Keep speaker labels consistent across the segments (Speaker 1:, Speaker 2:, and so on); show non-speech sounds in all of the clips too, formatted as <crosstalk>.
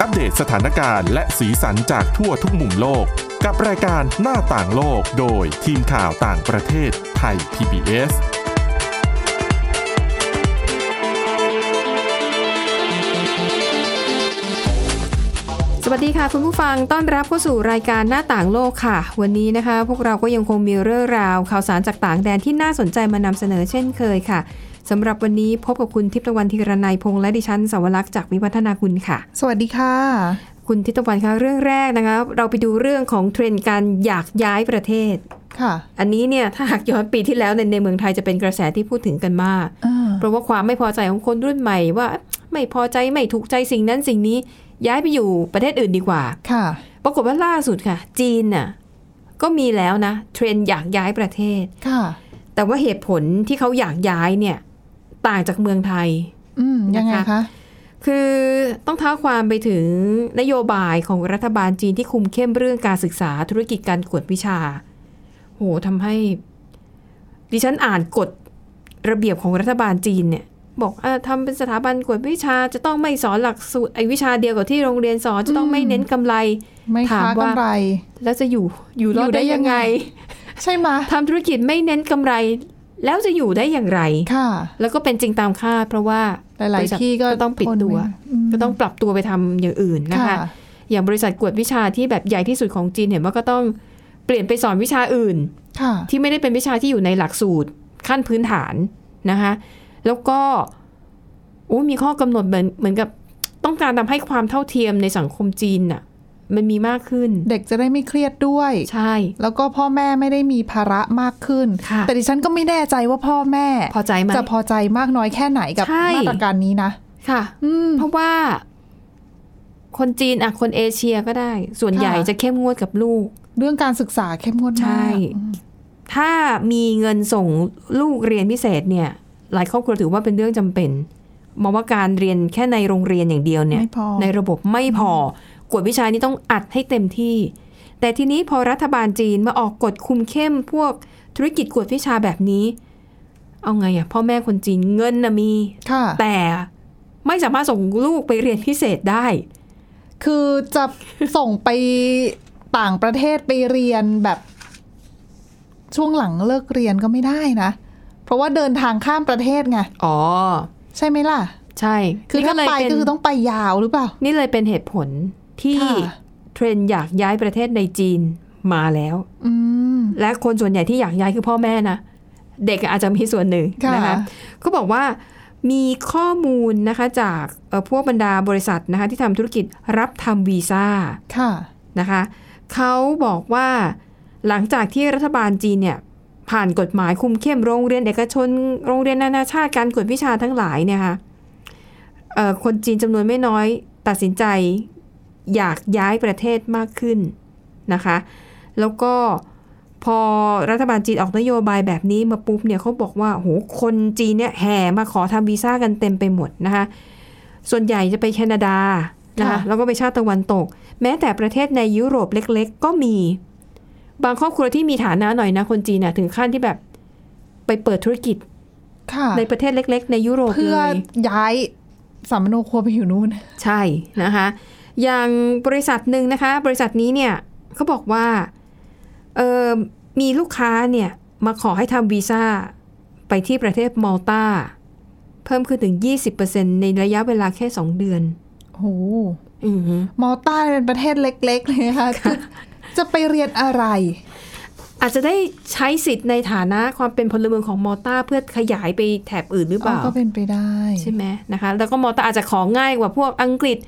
Speaker 1: อัปเดตสถานการณ์และสีสันจากทั่วทุกมุมโลก กับรายการหน้าต่างโลกโดยทีมข่าวต่างประเทศไทย PBS
Speaker 2: สวัสดีค่ะ คุณผู้ฟังต้อนรับเข้าสู่รายการหน้าต่างโลกค่ะ วันนี้นะคะ พวกเราก็ยังคงมีเรื่องราว ข่าวสารจากต่างแดนที่น่าสนใจมานำเสนอเช่นเคยค่ะสำหรับวันนี้พบกับคุณทิพย์ตะวันธีรนัยพงษ์และดิฉันสาวรักษ์จากวิวัฒนาคุณค่ะ
Speaker 3: สวัสดีค่ะ
Speaker 2: คุณทิพย์ตะวันคะเรื่องแรกนะคะ เราไปดูเรื่องของเทรนด์การอยากย้ายประเทศ
Speaker 3: ค่ะ
Speaker 2: อันนี้เนี่ยถ้าหากย้อนปีที่แล้วในยในเมืองไทยจะเป็นกระแสที่พูดถึงกันมาก
Speaker 3: อ่า
Speaker 2: เพราะว่าความไม่พอใจของคนรุ่นใหม่ว่าไม่พอใจไม่ถูกใจสิ่งนั้นสิ่งนี้ ย้ายไปอยู่ประเทศอื่นดีกว่า
Speaker 3: ค่ะ
Speaker 2: ปรากฏว่าล่าสุดค่ะ จีนน่ะก็มีแล้วนะ เทรนด์อยากย้ายประเทศ
Speaker 3: ค่ะ
Speaker 2: แต่ว่าเหตุผลที่เขาอยากย้ายเนี่ยต่างจากเมืองไทย
Speaker 3: อืม ยังไง
Speaker 2: นะคะ
Speaker 3: คะ
Speaker 2: คือต้องเท้าความไปถึงนโยบายของรัฐบาลจีนที่คุมเข้มเรื่องการศึกษาธุรกิจการกวดวิชา โหทำให้ ดิฉันอ่านกฎระเบียบของรัฐบาลจีนเนี่ย บอกเออทำเป็นสถาบันกวดวิชาจะต้องไม่สอนหลักสูตรไอวิชาเดียวกับที่โรงเรียนสอนจะต้องไม่เน้นกำไร
Speaker 3: ไม่
Speaker 2: ถาม
Speaker 3: ค้า
Speaker 2: ว่า
Speaker 3: กำไร
Speaker 2: แล้วจะอยู่อยู่รอด
Speaker 3: อยู่ได้
Speaker 2: ได้ยัง
Speaker 3: ยัง
Speaker 2: ไง
Speaker 3: ไง ใช่ไหมะ
Speaker 2: ทำธุรกิจไม่เน้นกำไร แล้วจะอยู่ได้อย่างไร
Speaker 3: ค่ะ
Speaker 2: แล้วก็เป็นจริงตามคาดเพราะว่า
Speaker 3: หลาย ๆ ที่ก็
Speaker 2: บริษัทต้องปิด
Speaker 3: ทน
Speaker 2: ตัว
Speaker 3: ไม่ม
Speaker 2: ก็ต้องปรับตัวไปทำอย่างอื่นนะคะ
Speaker 3: ค่ะ
Speaker 2: อย่างบริษัทกวดวิชาที่แบบใหญ่ที่สุดของจีนเห็นว่าก็ต้องเปลี่ยนไปสอนวิชาอื่น
Speaker 3: ค่ะ
Speaker 2: ที่ไม่ได้เป็นวิชาที่อยู่ในหลักสูตรขั้นพื้นฐานนะคะ แล้วก็โอ้มีข้อกำหนดเหมือนเหมือนกับต้องการทำให้ความเท่าเทียมในสังคมจีนน่ะมันมีมากขึ้น
Speaker 3: เด็กจะได้ไม่เครียดด้วย
Speaker 2: ใช่
Speaker 3: แล้วก็พ่อแม่ไม่ได้มีภาระมากขึ้น
Speaker 2: ค่ะ
Speaker 3: แต่ดิฉันก็ไม่แน่ใจว่าพ่อแม่
Speaker 2: พอใจไหม
Speaker 3: จะพอใจมากน้อยแค่ไหนกับ
Speaker 2: ใช่
Speaker 3: มาตรการนี้นะ
Speaker 2: ค่ะ
Speaker 3: อืม
Speaker 2: เพราะว่าคนจีนอะคนเอเชียก็ได้ ส่วนใหญ่
Speaker 3: ค่ะ
Speaker 2: จะเข้มงวดกับลูก
Speaker 3: เรื่องการศึกษาเข้มงวด
Speaker 2: ใช่
Speaker 3: มาก
Speaker 2: ถ้ามีเงินส่งลูกเรียนพิเศษเนี่ย หลายครอบครัวถือว่าเป็นเรื่องจำเป็นมองว่าการเรียนแค่ในโรงเรียนอย่างเดียวเนี่ย
Speaker 3: ไม่พอ
Speaker 2: ในระบบไม่พอกวดวิชานี้ต้องอัดให้เต็มที่ แต่ทีนี้พอรัฐบาลจีนมาออกกฎคุมเข้มพวกธุรกิจกวดวิชาแบบนี้ เอาไงอะพ่อแม่คนจีนเงินนะมี
Speaker 3: ค่ะ
Speaker 2: แต่ไม่สามารถส่งลูกไปเรียนพิเศษได้
Speaker 3: คือจะส่งไปต่างประเทศไปเรียนแบบช่วงหลังเลิกเรียนก็ไม่ได้นะ เพราะว่าเดินทางข้ามประเทศไง
Speaker 2: อ๋อ
Speaker 3: ใช่ไหมล่ะ
Speaker 2: ใช่
Speaker 3: คือ
Speaker 2: นี่
Speaker 3: ถ้า
Speaker 2: เลย
Speaker 3: ไป
Speaker 2: เน
Speaker 3: ก็คือต้องไปยาวหรือเปล่า
Speaker 2: นี่เลยเป็นเหตุผลที่
Speaker 3: ค่ะ
Speaker 2: เทรนด์อยากย้ายประเทศในจีนมาแล้ว
Speaker 3: อืม
Speaker 2: และคนส่วนใหญ่ที่อยากย้ายคือพ่อแม่นะ เด็กอาจจะมีส่วนหนึ่ง
Speaker 3: ค่ะ
Speaker 2: นะคะก็บอกว่ามีข้อมูลนะคะจากเอ่อพวกบรรดาบริษัทนะคะที่ทำธุรกิจรับทำวีซ่า
Speaker 3: ค่ะ
Speaker 2: นะคะเขาบอกว่าหลังจากที่รัฐบาลจีนเนี่ยผ่านกฎหมายคุมเข้มโรงเรียนเอกชน โรงเรียนนานาชาติการกวดวิชาทั้งหลายเนี่ยค่ะเอ่อคนจีนจำนวนไม่น้อยตัดสินใจอยากย้ายประเทศมากขึ้นนะคะแล้วก็พอรัฐบาลจีนออกนโยบายแบบนี้มาปุ๊บเนี่ยเขาบอกว่าโหคนจีนเนี่ยแห่มาขอทำวีซ่ากันเต็มไปหมดนะคะส่วนใหญ่จะไปแคนาดานะคะ
Speaker 3: ค่ะ
Speaker 2: แล้วก็ไปชาติตะวันตก แม้แต่ประเทศในยุโรปเล็ก ๆ ก็มี บางครอบครัวที่มีฐานะหน่อยนะ คนจีนน่ะถึงขั้นที่แบบไปเปิดธุรกิจ
Speaker 3: ค่ะ
Speaker 2: ในประเทศเล็ก ๆ ในยุโรป
Speaker 3: เพื่อ
Speaker 2: เลย
Speaker 3: ย้ายสามโนครัวไปอยู่นู่น
Speaker 2: ใช่นะคะ อย่างบริษัทหนึ่งนะคะ บริษัทนี้เนี่ยเขาบอกว่าเออมีลูกค้าเนี่ยมาขอให้ทำวีซ่าไปที่ประเทศมอลตาเพิ่มขึ้นถึง 20%ในระยะเวลาแค่ 2 เดือน
Speaker 3: โอ้โหมอลต้าเป็นประเทศเล็ก ๆ เลยนะคะจะจะไปเรียนอะไร
Speaker 2: อาจจะได้ใช้สิทธิ์ในฐานะความเป็นพลเมืองของมอลตาเพื่อขยายไปแถบอื่นหรือเปล่า
Speaker 3: ก็เป็นไปได้
Speaker 2: ใช่ไหมนะคะ แล้วก็มอลตาอาจจะของง่ายกว่าพวกอังกฤษ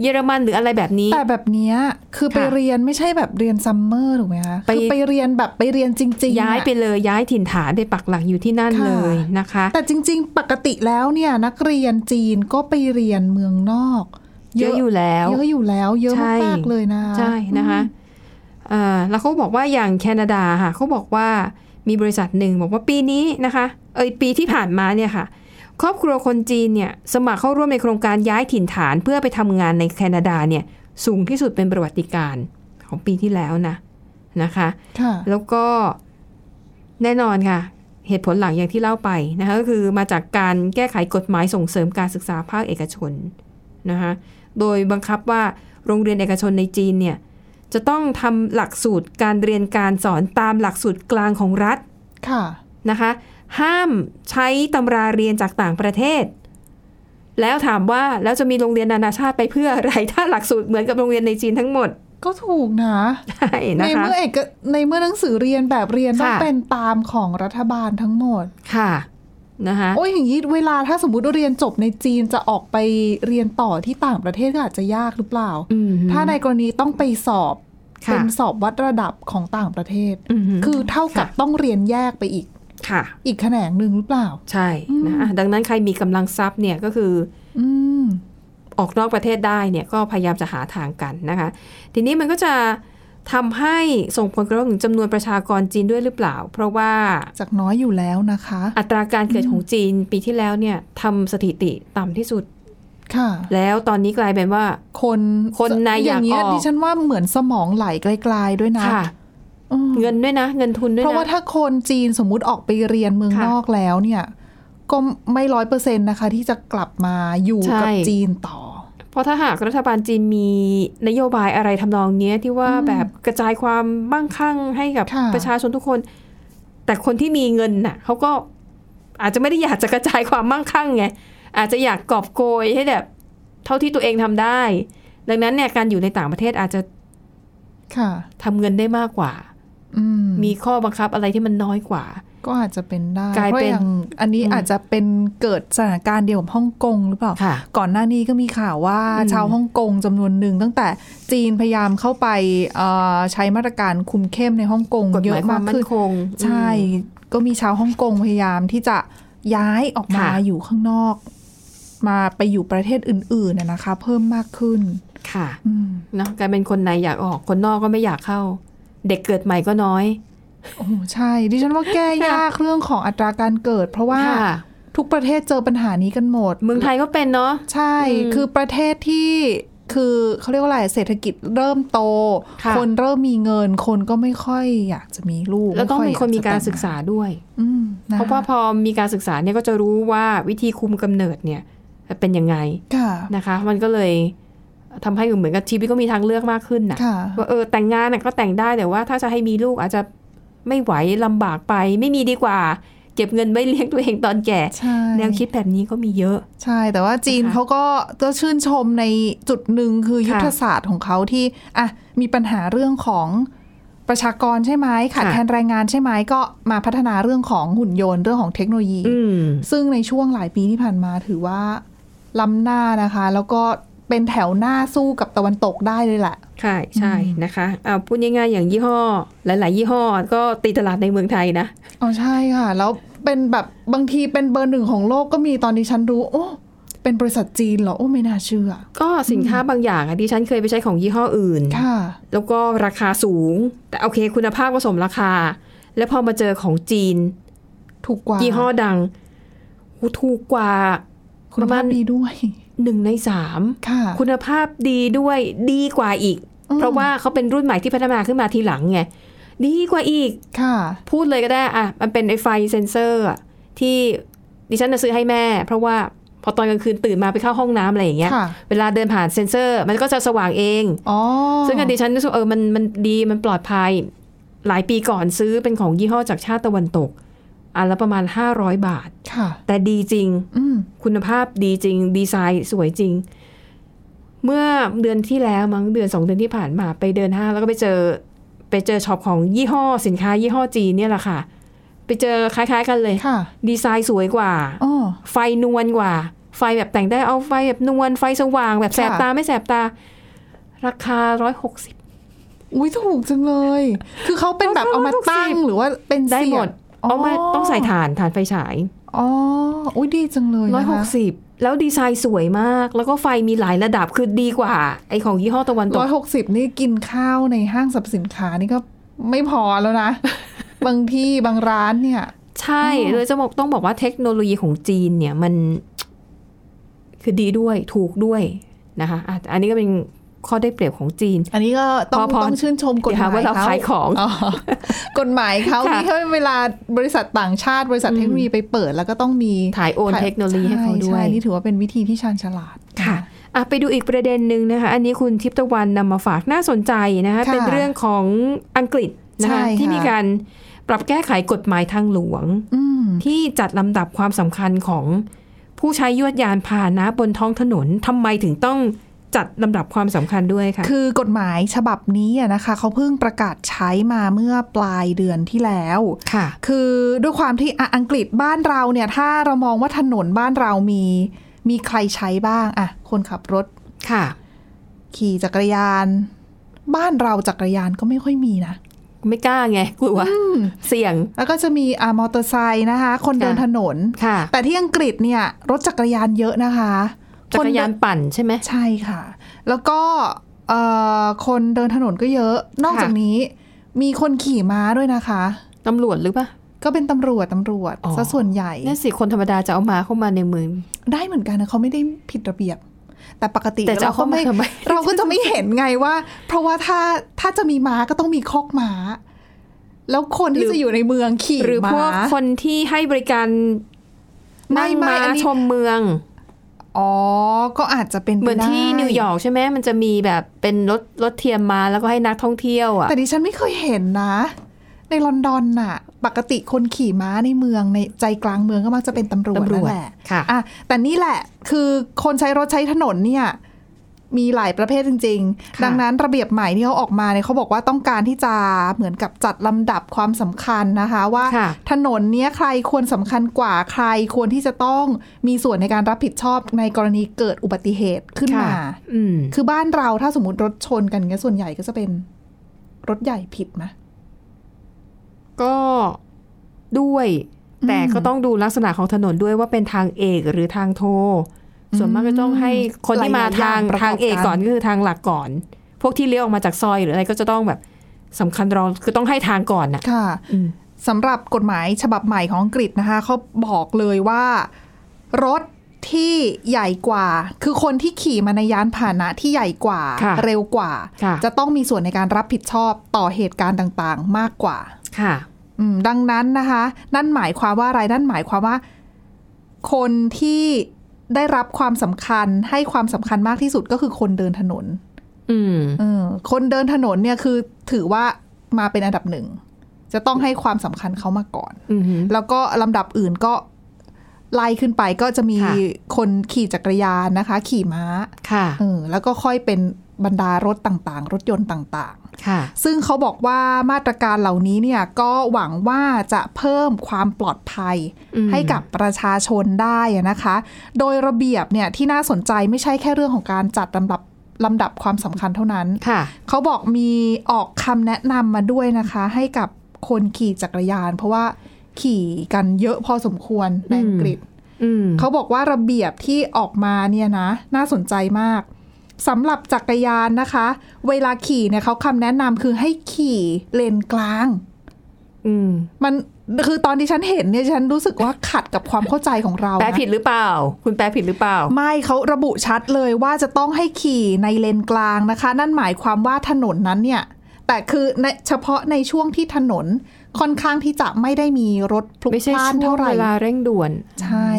Speaker 2: เยอรมันหรืออะไรแบบนี้
Speaker 3: แต่แบบเนี้ยคือไปเรียนไม่ใช่แบบเรียนซัมเมอร์ถูกไหมคะ
Speaker 2: ไป
Speaker 3: คือไปเรียนแบบไปเรียนจริงๆอะ
Speaker 2: ย้ายไปเลยย้ายถิ่นฐานไปปักหลักอยู่ที่นั่น
Speaker 3: ค่ะ
Speaker 2: เลยนะคะ
Speaker 3: แต่จริง ๆ ปกติแล้วเนี่ยนักเรียนจีนก็ไปเรียนเมืองนอก
Speaker 2: เยอะอยู่แล้ว
Speaker 3: เยอะอยู่แล้ว เยอะ
Speaker 2: ใช่
Speaker 3: มากๆเลยนะ
Speaker 2: ใช่นะคะเอ่อแล้วเขาบอกว่าอย่างแคนาดาค่ะเขาบอกว่ามีบริษัทหนึ่งบอกว่าปีนี้นะคะ เอยปีที่ผ่านมาเนี่ยค่ะ ครอบครัวคนจีนเนี่ยสมัครเข้าร่วมในโครงการย้ายถิ่นฐานเพื่อไปทำงานในแคนาดาเนี่ยสูงที่สุดเป็นประวัติการณ์ของปีที่แล้วนะนะคะ
Speaker 3: ค่ะ
Speaker 2: แล้วก็แน่นอนค่ะ เหตุผลหลังอย่างที่เล่าไปนะคะก็คือมาจากการแก้ไขกฎหมายส่งเสริมการศึกษาภาคเอกชนนะคะโดยบังคับว่า โรงเรียนเอกชนในจีนเนี่ยจะต้องทำหลักสูตรการเรียนการสอนตามหลักสูตรกลางของรัฐ
Speaker 3: ค่ะ
Speaker 2: นะคะห้ามใช้ตำราเรียนจากต่างประเทศ แล้วถามว่าแล้วจะมีโรงเรียนนานาชาติไปเพื่ออะไร <laughs> ถ้าหลักสูตรเหมือนกับโรงเรียนในจีนทั้งหมด
Speaker 3: ก็ถูกนะ
Speaker 2: ใช่
Speaker 3: ใน
Speaker 2: นะคะ
Speaker 3: เมื่อเอกในเมื่อหนังสือเรียนแบบเรียนต้อง
Speaker 2: ค่ะ
Speaker 3: เป็นตามของรัฐบาลทั้งหมด
Speaker 2: ค่ะนะคะ
Speaker 3: โอ้ยอย่างนี้เวลาถ้าสมมติว่าเรียนจบในจีนจะออกไปเรียนต่อที่ต่างประเทศก็อาจจะยากหรือเปล่า
Speaker 2: อืม
Speaker 3: ถ้าในกรณีต้องไปสอบ
Speaker 2: ค่ะ
Speaker 3: เป็นสอบวัดระดับของต่างประเทศ
Speaker 2: อืม
Speaker 3: คือเท่ากับต้องเรียนแยกไปอีก
Speaker 2: ค่ะ
Speaker 3: อีกแขนงหนึ่งหรือเปล่า
Speaker 2: ใช่นะอ่ะดังนั้นใครมีกำลังทรัพย์เนี่ยก็คือ
Speaker 3: อืม
Speaker 2: ออกนอกประเทศได้เนี่ยก็พยายามจะหาทางกันนะคะ ทีนี้มันก็จะทำให้ส่งผลกระทบถึงจำนวนประชากรจีนด้วยหรือเปล่า เพราะว่า
Speaker 3: จากน้อยอยู่แล้วนะคะ
Speaker 2: อัตราการเกิดของจีนปีที่แล้วเนี่ยทำสถิติต่ำที่สุด
Speaker 3: ค่ะ
Speaker 2: แล้วตอนนี้กลายเป็นว่า
Speaker 3: คน
Speaker 2: คนในอยาก
Speaker 3: อย่างเงี้ย
Speaker 2: ออก
Speaker 3: ดิฉันว่าเหมือนสมองไหลไกลๆด้วยนะ
Speaker 2: ค่ะ
Speaker 3: อืม
Speaker 2: เงินด้วยนะ เงินทุนด้วย
Speaker 3: เพราะว่า
Speaker 2: นะ
Speaker 3: ถ้าคนจีนสมมุติออกไปเรียนเมือง
Speaker 2: ค่ะ
Speaker 3: นอกแล้วเนี่ย ก็ไม่ร้อยเปอร์เซ็นต์นะคะ ที่จะกลับมาอยู่
Speaker 2: ใช่
Speaker 3: กับจีนต่อ
Speaker 2: เพราะถ้าหากรัฐบาลจีนมีนโยบายอะไรทำนองเนี้ยที่ว่า
Speaker 3: อืม
Speaker 2: แบบกระจายความมั่งคั่งให้กับ
Speaker 3: ค่ะ
Speaker 2: ประชาชนทุกคน แต่คนที่มีเงินน่ะเขาก็อาจจะไม่ได้อยากจะกระจายความมั่งคั่งไงอาจจะอยากกอบโกยให้แบบ เท่าที่ตัวเองทำได้ ดังนั้นเนี่ยการอยู่ในต่างประเทศอาจจะ
Speaker 3: ค่ะ
Speaker 2: ทำเงินได้มากกว่า
Speaker 3: อืม
Speaker 2: มีข้อบังคับอะไรที่มันน้อยกว่า
Speaker 3: ก็อาจจะเป็นได้
Speaker 2: กลาย
Speaker 3: เพ
Speaker 2: เป็น
Speaker 3: ราะอย่างอันนี้
Speaker 2: อืม
Speaker 3: อาจจะเป็นเกิดสถานการณ์เดียวกับฮ่องกงหรือเปล่า
Speaker 2: ค่ะ
Speaker 3: ก่อนหน้านี้ก็มีข่าวว่า
Speaker 2: อืม
Speaker 3: ชาวฮ่องกงจำนวนหนึ่งตั้งแต่จีนพยายามเข้าไปเอ่อใช้มาตรการคุมเข้มในฮ่องกง
Speaker 2: กฎ
Speaker 3: เย
Speaker 2: หมายความ
Speaker 3: อะาม ก
Speaker 2: มั่
Speaker 3: ขึ้
Speaker 2: น
Speaker 3: น
Speaker 2: คง
Speaker 3: ใช่ ก็มีชาวฮ่องกงพยายามที่จะย้ายออกมา
Speaker 2: ค่ะ
Speaker 3: อยู่ข้างนอก มาไปอยู่ประเทศอื่นๆนะนะคะ เพิ่มมากขึ้น
Speaker 2: ค่ะ
Speaker 3: อืม
Speaker 2: เนาะกลายเป็นคนในอยากออกคนนอกก็ไม่อยากเข้า เด็กเกิดใหม่ก็น้อย
Speaker 3: โอ้โหใช่ดิฉันว่าแก้ยากเรื่องของอัตราการเกิด เพราะว่า
Speaker 2: ค่ะ
Speaker 3: ทุกประเทศเจอปัญหานี้กันหมด
Speaker 2: เมืองไทยก็เป็นเนาะ
Speaker 3: ใช่
Speaker 2: อืม
Speaker 3: คือประเทศที่คือเขาเรียกว่าอะไรเศรษฐกิจเริ่มโต
Speaker 2: ค่ะ
Speaker 3: คนเริ่มมีเงินคนก็ไม่ค่อยอยากจะมีลูก
Speaker 2: แล้วต้องเป็นคนมีการศึกษาด้วย
Speaker 3: อืมนค
Speaker 2: เพราะว่าพอมีการศึกษาเนี่ยก็จะรู้ว่าวิธีคุมกำเนิดเนี่ยเป็นยังไง
Speaker 3: ค่ะ
Speaker 2: นะคะ มันก็เลยทำให้เหมือนกับชีวิตก็มีทางเลือกมากขึ้นนะ
Speaker 3: ค่ะ
Speaker 2: ว่าเออแต่งงานน่ะก็แต่งได้แต่ว่า ถ้าจะให้มีลูกอาจจะไม่ไหวลำบากไป ไม่มีดีกว่า เก็บเงินไว้เลี้ยงตัวเองตอนแก่
Speaker 3: ใช่
Speaker 2: แนวคิดแบบนี้ก็มีเยอะ
Speaker 3: ใช่ แต่ว่าจีน
Speaker 2: นะคะ
Speaker 3: เขาก็ก็ชื่นชมในจุดหนึ่งคือยุทธศาสตร์ของเขาที่อ่ะมีปัญหาเรื่องของประชากรใช่ไหมขาด
Speaker 2: ค่ะ
Speaker 3: แคลนแรงงานใช่ไหมก็มาพัฒนาเรื่องของหุ่นยนต์เรื่องของเทคโนโลยี
Speaker 2: อืม
Speaker 3: ซึ่งในช่วงหลายปีที่ผ่านมาถือว่าล้ำหน้านะคะ แล้วก็เป็นแถวหน้าสู้กับตะวันตกได้เลยแหละ
Speaker 2: ใช่ใช่
Speaker 3: อืม
Speaker 2: นะคะเอาพูดง่ายๆอย่างยี่ห้อ หลาย ๆ ยี่ห้อก็ตีตลาดในเมืองไทยนะ
Speaker 3: อ๋อใช่ค่ะ แล้วเป็นแบบบางทีเป็นเบอร์หนึ่งของโลกก็มีตอนที่ฉันรู้ โอ้เป็นบริษัทจีนเหรอโอ้ไม่น่าเชื่อ
Speaker 2: ก็สินค้าบางอย่างอะที่ฉันเคยไปใช้ของยี่ห้ออื่น
Speaker 3: ค่ะ
Speaker 2: แล้วก็ราคาสูง แต่โอเคคุณภาพก็สมราคา แล้วพอมาเจอของจีน
Speaker 3: ถูกกว่า
Speaker 2: ยี่ห้อดังโหถูกกว่า
Speaker 3: คุณภาพดีด้วย
Speaker 2: หนึ่งในสาม
Speaker 3: ค่ะ
Speaker 2: คุณภาพดีด้วยดีกว่าอีก
Speaker 3: อืม
Speaker 2: เพราะว่าเขาเป็นรุ่นใหม่ที่พัฒนาขึ้นมาทีหลังไงดีกว่าอีก
Speaker 3: ค่ะ
Speaker 2: พูดเลยก็ได้อะมันเป็นไอไฟเซนเซอร์อะที่ดิฉันน่ะซื้อให้แม่ เพราะว่าพอตอนกลางคืนตื่นมาไปเข้าห้องน้ำอะไรอย่างเงี้ย
Speaker 3: ค่ะ
Speaker 2: เวลาเดินผ่านเซนเซอร์ มันก็จะสว่างเอง
Speaker 3: อ๋อ
Speaker 2: ซึ่งอันดิฉันรู้สึกเออ มัน มันดีมันปลอดภัย หลายปีก่อนซื้อเป็นของยี่ห้อจากชาติตะวันตก อันละประมาณ 500 บาท
Speaker 3: ค่ะ
Speaker 2: แต่ดีจริง
Speaker 3: อืม
Speaker 2: คุณภาพดีจริง ดีไซน์สวยจริง เมื่อเดือนที่แล้วมั้งเดือนสองเดือนที่ผ่านมาไปเดินห้างแล้วก็ไปเจอ ไปเจอช็อปของยี่ห้อสินค้ายี่ห้อจีนเนี่ยแหละค่ะ ไปเจอคล้าย ๆ กันเลย
Speaker 3: ค่ะ
Speaker 2: ดีไซน์สวยกว่า
Speaker 3: อ๋อ
Speaker 2: ไฟนวลกว่า ไฟแบบแต่งได้เอาไฟแบบนวลไฟสว่างแบบแสบ
Speaker 3: ค่ะ
Speaker 2: ตาไม่แสบตา ราคาร้อยหกสิบ
Speaker 3: อุ้ยถูกจังเลย คือเขาเป็นแบบเอามาตั้งหรือว่าเป็น
Speaker 2: ได้หมด
Speaker 3: เสียบ
Speaker 2: เอามาต้องใส่ถ่านถ่านไฟฉาย
Speaker 3: อ๋อ อุ้ยดีจังเลย
Speaker 2: ร้อย
Speaker 3: นะ
Speaker 2: หก
Speaker 3: คะ
Speaker 2: สิบแล้วดีไซน์สวยมาก แล้วก็ไฟมีหลายระดับคือดีกว่า ไอของยี่ห้อตะวันต
Speaker 3: ร้
Speaker 2: ก
Speaker 3: อยหกสิบนี่กินข้าวในห้างสรรพสินค้านี่ก็ไม่พอแล้ว
Speaker 2: <laughs>
Speaker 3: นะ บางที่บางร้านเนี่ย
Speaker 2: ใช่
Speaker 3: อ๋อ
Speaker 2: เลยจะบอกต้องบอกว่าเทคโนโลยีของจีนเนี่ยมัน คือดีด้วยถูกด้วยนะคะอ่ะอันนี้ก็เป็นข้อได้เปรียบของจีน
Speaker 3: อันนี้ก็ต้อ
Speaker 2: พอ
Speaker 3: ง
Speaker 2: พอ
Speaker 3: ต้องชื่นชมกฎหมา
Speaker 2: เดี๋ยวหายว่าเรา
Speaker 3: เขา
Speaker 2: ขายของ
Speaker 3: <laughs> กฎหมายเขา
Speaker 2: ค่ะ
Speaker 3: ที่เขาเวลาบริษัทต่างชาติ บริษัทเทคโนโลยีไปเปิดแล้วก็ต้องมี
Speaker 2: ถ่ายโอนเทคโนโลยีให้เขาด้ว
Speaker 3: ใช่
Speaker 2: ย
Speaker 3: ใช่นี่ถือว่าเป็นวิธีที่ชาญฉลาด
Speaker 2: ค่ะ อ่ะไปดูอีกประเด็นหนึ่งนะคะ อันนี้คุณทิพย์ตะวันนำมาฝากน่าสนใจนะคะ
Speaker 3: ค่ะ
Speaker 2: เป็นเรื่องของอังกฤษนะคะ
Speaker 3: ใช่ค่ะ
Speaker 2: ที่มีการปรับแก้ไขกฎหมายทางหลวง
Speaker 3: อืม
Speaker 2: ที่จัดลำดับความสำคัญของผู้ใช้ยวดยานพาหนะบนท้องถนนทำไมถึงต้องจัดลำดับความสำคัญด้วยค่ะ
Speaker 3: คือกฎหมายฉบับนี้อะนะคะเขาเพิ่งประกาศใช้มาเมื่อปลายเดือนที่แล้ว
Speaker 2: ค่ะ
Speaker 3: คือด้วยความที่อ่ะอังกฤษบ้านเราเนี่ย ถ้าเรามองว่าถนนบ้านเรามี มีใครใช้บ้างอะคนขับรถ
Speaker 2: ค่ะ
Speaker 3: ขี่จักรยาน บ้านเราจักรยานก็ไม่ค่อยมีนะ
Speaker 2: ไม่กล้าไงกลัวเสี่ยง
Speaker 3: แล้วก็จะมีอ่ะมอเตอร์ไซค์นะคะ คนเดิน
Speaker 2: ค่ะ
Speaker 3: ถนน
Speaker 2: ค่ะ
Speaker 3: แต่ที่อังกฤษเนี่ยรถจักรยานเยอะนะคะ
Speaker 2: จักรยาน
Speaker 3: คเดิ
Speaker 2: ปั่นใช่ไหม
Speaker 3: ใช่ค่ะ แล้วก็เอ่อคนเดินถนนก็เยอะ นอก
Speaker 2: ค่ะ
Speaker 3: จากนี้ มีคนขี่ม้าด้วยนะคะ
Speaker 2: ตำรวจหรือเปะ
Speaker 3: ก็เป็นตำรวจตำรวจ
Speaker 2: อ๋อ
Speaker 3: ซะส่วนใหญ่
Speaker 2: นั่นสิคนธรรมดาจะเอามาเข้ามาในเมือง
Speaker 3: ได้เหมือนกันนะเขาไม่ได้ผิดระเบียบ แต่ปกติ
Speaker 2: แต่จะ
Speaker 3: เรา
Speaker 2: เอา
Speaker 3: ก็
Speaker 2: เข้ามาทำไม
Speaker 3: เราก็จะไม่เห็นไงว่า เพราะว่าถ้าถ้าจะมีม้าก็ต้องมีคอกม้า แล้วคนที่จะอยู่ในเมืองขี่
Speaker 2: หรือพว
Speaker 3: ม้าก
Speaker 2: คนที่ให้บริการนั่
Speaker 3: ไม่
Speaker 2: ง
Speaker 3: ไม่
Speaker 2: มา
Speaker 3: อันนี้
Speaker 2: ชมเมือง
Speaker 3: อ๋อ ก็อาจจะเป็นไป
Speaker 2: เหมือนที่
Speaker 3: ได้
Speaker 2: นิวยอร์กใช่ไหมมันจะมีแบบเป็นรถรถเทียมมาแล้วก็ให้นักท่องเที่ยวอ่ะ
Speaker 3: แต่ดิฉันไม่เคยเห็นนะ ในลอนดอนน่ะ ปกติคนขี่ม้าในเมืองในใจกลางเมืองก็มักจะเป็นตำรวจ
Speaker 2: ตำรวจ
Speaker 3: นั่นแหละ
Speaker 2: ค่ะ
Speaker 3: อ่ะแต่นี่แหละคือคนใช้รถใช้ถนนเนี่ย มีหลายประเภทจริง ๆ
Speaker 2: ค่ะ
Speaker 3: ดังนั้นระเบียบใหม่ที่เขาออกมาเนี่ยเขาบอกว่าต้องการที่จะเหมือนกับจัดลำดับความสำคัญนะคะ ว่า
Speaker 2: ค่ะ
Speaker 3: ถนนเนี้ยใครควรสำคัญกว่าใครควรที่จะต้องมีส่วนในการรับผิดชอบในกรณีเกิดอุบัติเหตุขึ้นมา
Speaker 2: ค่ะอืม
Speaker 3: คือบ้านเราถ้าสมมติรถชนกันเงี้ยส่วนใหญ่ก็จะเป็นรถใหญ่ผิดไหม
Speaker 2: ก็ด้วย
Speaker 3: อืม
Speaker 2: แต่ก็ต้องดูลักษณะของถนนด้วยว่าเป็นทางเอกหรือทางโท ส่วนมากก็ต้องให้คนที่มา
Speaker 3: หลายๆอย่า
Speaker 2: ทาง
Speaker 3: งประกอบ
Speaker 2: ทางเอกก่อน
Speaker 3: กัน
Speaker 2: ก็คือทางหลักก่อน พวกที่เลี้ยวออกมาจากซอยหรืออะไรก็จะต้องแบบสำคัญรองคือต้องให้ทางก่อนน่ะ
Speaker 3: ค่ะ
Speaker 2: อืม
Speaker 3: สำหรับกฎหมายฉบับใหม่ของอังกฤษนะคะเขาบอกเลยว่า รถที่ใหญ่กว่า คือคนที่ขี่มาในยานพาหนะที่ใหญ่กว่า
Speaker 2: ค่ะ
Speaker 3: เร็วกว่า
Speaker 2: ค่ะ
Speaker 3: จะต้องมีส่วนในการรับผิดชอบต่อเหตุการณ์ต่างๆ มากกว่า
Speaker 2: ค่ะ
Speaker 3: อืมดังนั้นนะคะ นั่นหมายความว่าอะไรนั่นหมายความว่า คนที่ได้รับความสำคัญให้ความสำคัญมากที่สุดก็คือคนเดินถนน
Speaker 2: อืม
Speaker 3: เออคนเดินถนนเนี่ยคือถือว่ามาเป็นอันดับหนึ่ง จะต้องให้ความสำคัญเขามาก่อน
Speaker 2: อืม
Speaker 3: แล้วก็ลำดับอื่นก็ไล่ขึ้นไปก็จะมี
Speaker 2: ค่ะ
Speaker 3: คนขี่จักรยานนะคะ ขี่ม้า
Speaker 2: ค่ะ
Speaker 3: เออแล้วก็ค่อยเป็นบรรดารถต่างๆ รถยนต์ต่าง
Speaker 2: ค่ะ
Speaker 3: ๆ ซึ่งเขาบอกว่ามาตรการเหล่านี้เนี่ยก็หวังว่าจะเพิ่มความปลอดภัย
Speaker 2: อืม
Speaker 3: ให้กับประชาชนได้อะนะคะ โดยระเบียบเนี่ยที่น่าสนใจไม่ใช่แค่เรื่องของการจัดลำดับลำดับความสำคัญเท่านั้น
Speaker 2: ค่ะ
Speaker 3: เขาบอกมีออกคำแนะนำมาด้วยนะคะ ให้กับคนขี่จักรยาน เพราะว่าขี่กันเยอะพอสมควรในอังกฤษ
Speaker 2: อืม
Speaker 3: เขาบอกว่าระเบียบที่ออกมาเนี่ยนะ น่าสนใจมากสำหรับจักรยานนะคะ เวลาขี่เนี่ยเขาคำแนะนำคือให้ขี่เลนกลาง
Speaker 2: อืม
Speaker 3: มันคือตอนที่ฉันเห็นเนี่ยฉันรู้สึกว่าขัดกับความเข้าใจของเรานะ
Speaker 2: แปลผิดหรือเปล่า คุณแปลผิดหรือเปล่า
Speaker 3: ไม่เขาระบุชัดเลยว่าจะต้องให้ขี่ในเลนกลางนะคะ นั่นหมายความว่าถนนนั้นเนี่ย แต่คือในเฉพาะในช่วงที่ถนนค่อนข้างที่จะไม่ได้มีรถพลุก
Speaker 2: ไม่
Speaker 3: พ
Speaker 2: ใช่
Speaker 3: ล่าน
Speaker 2: ช่ว
Speaker 3: เท่าง ไหร่
Speaker 2: เวลาเร่งด่วน
Speaker 3: ใช่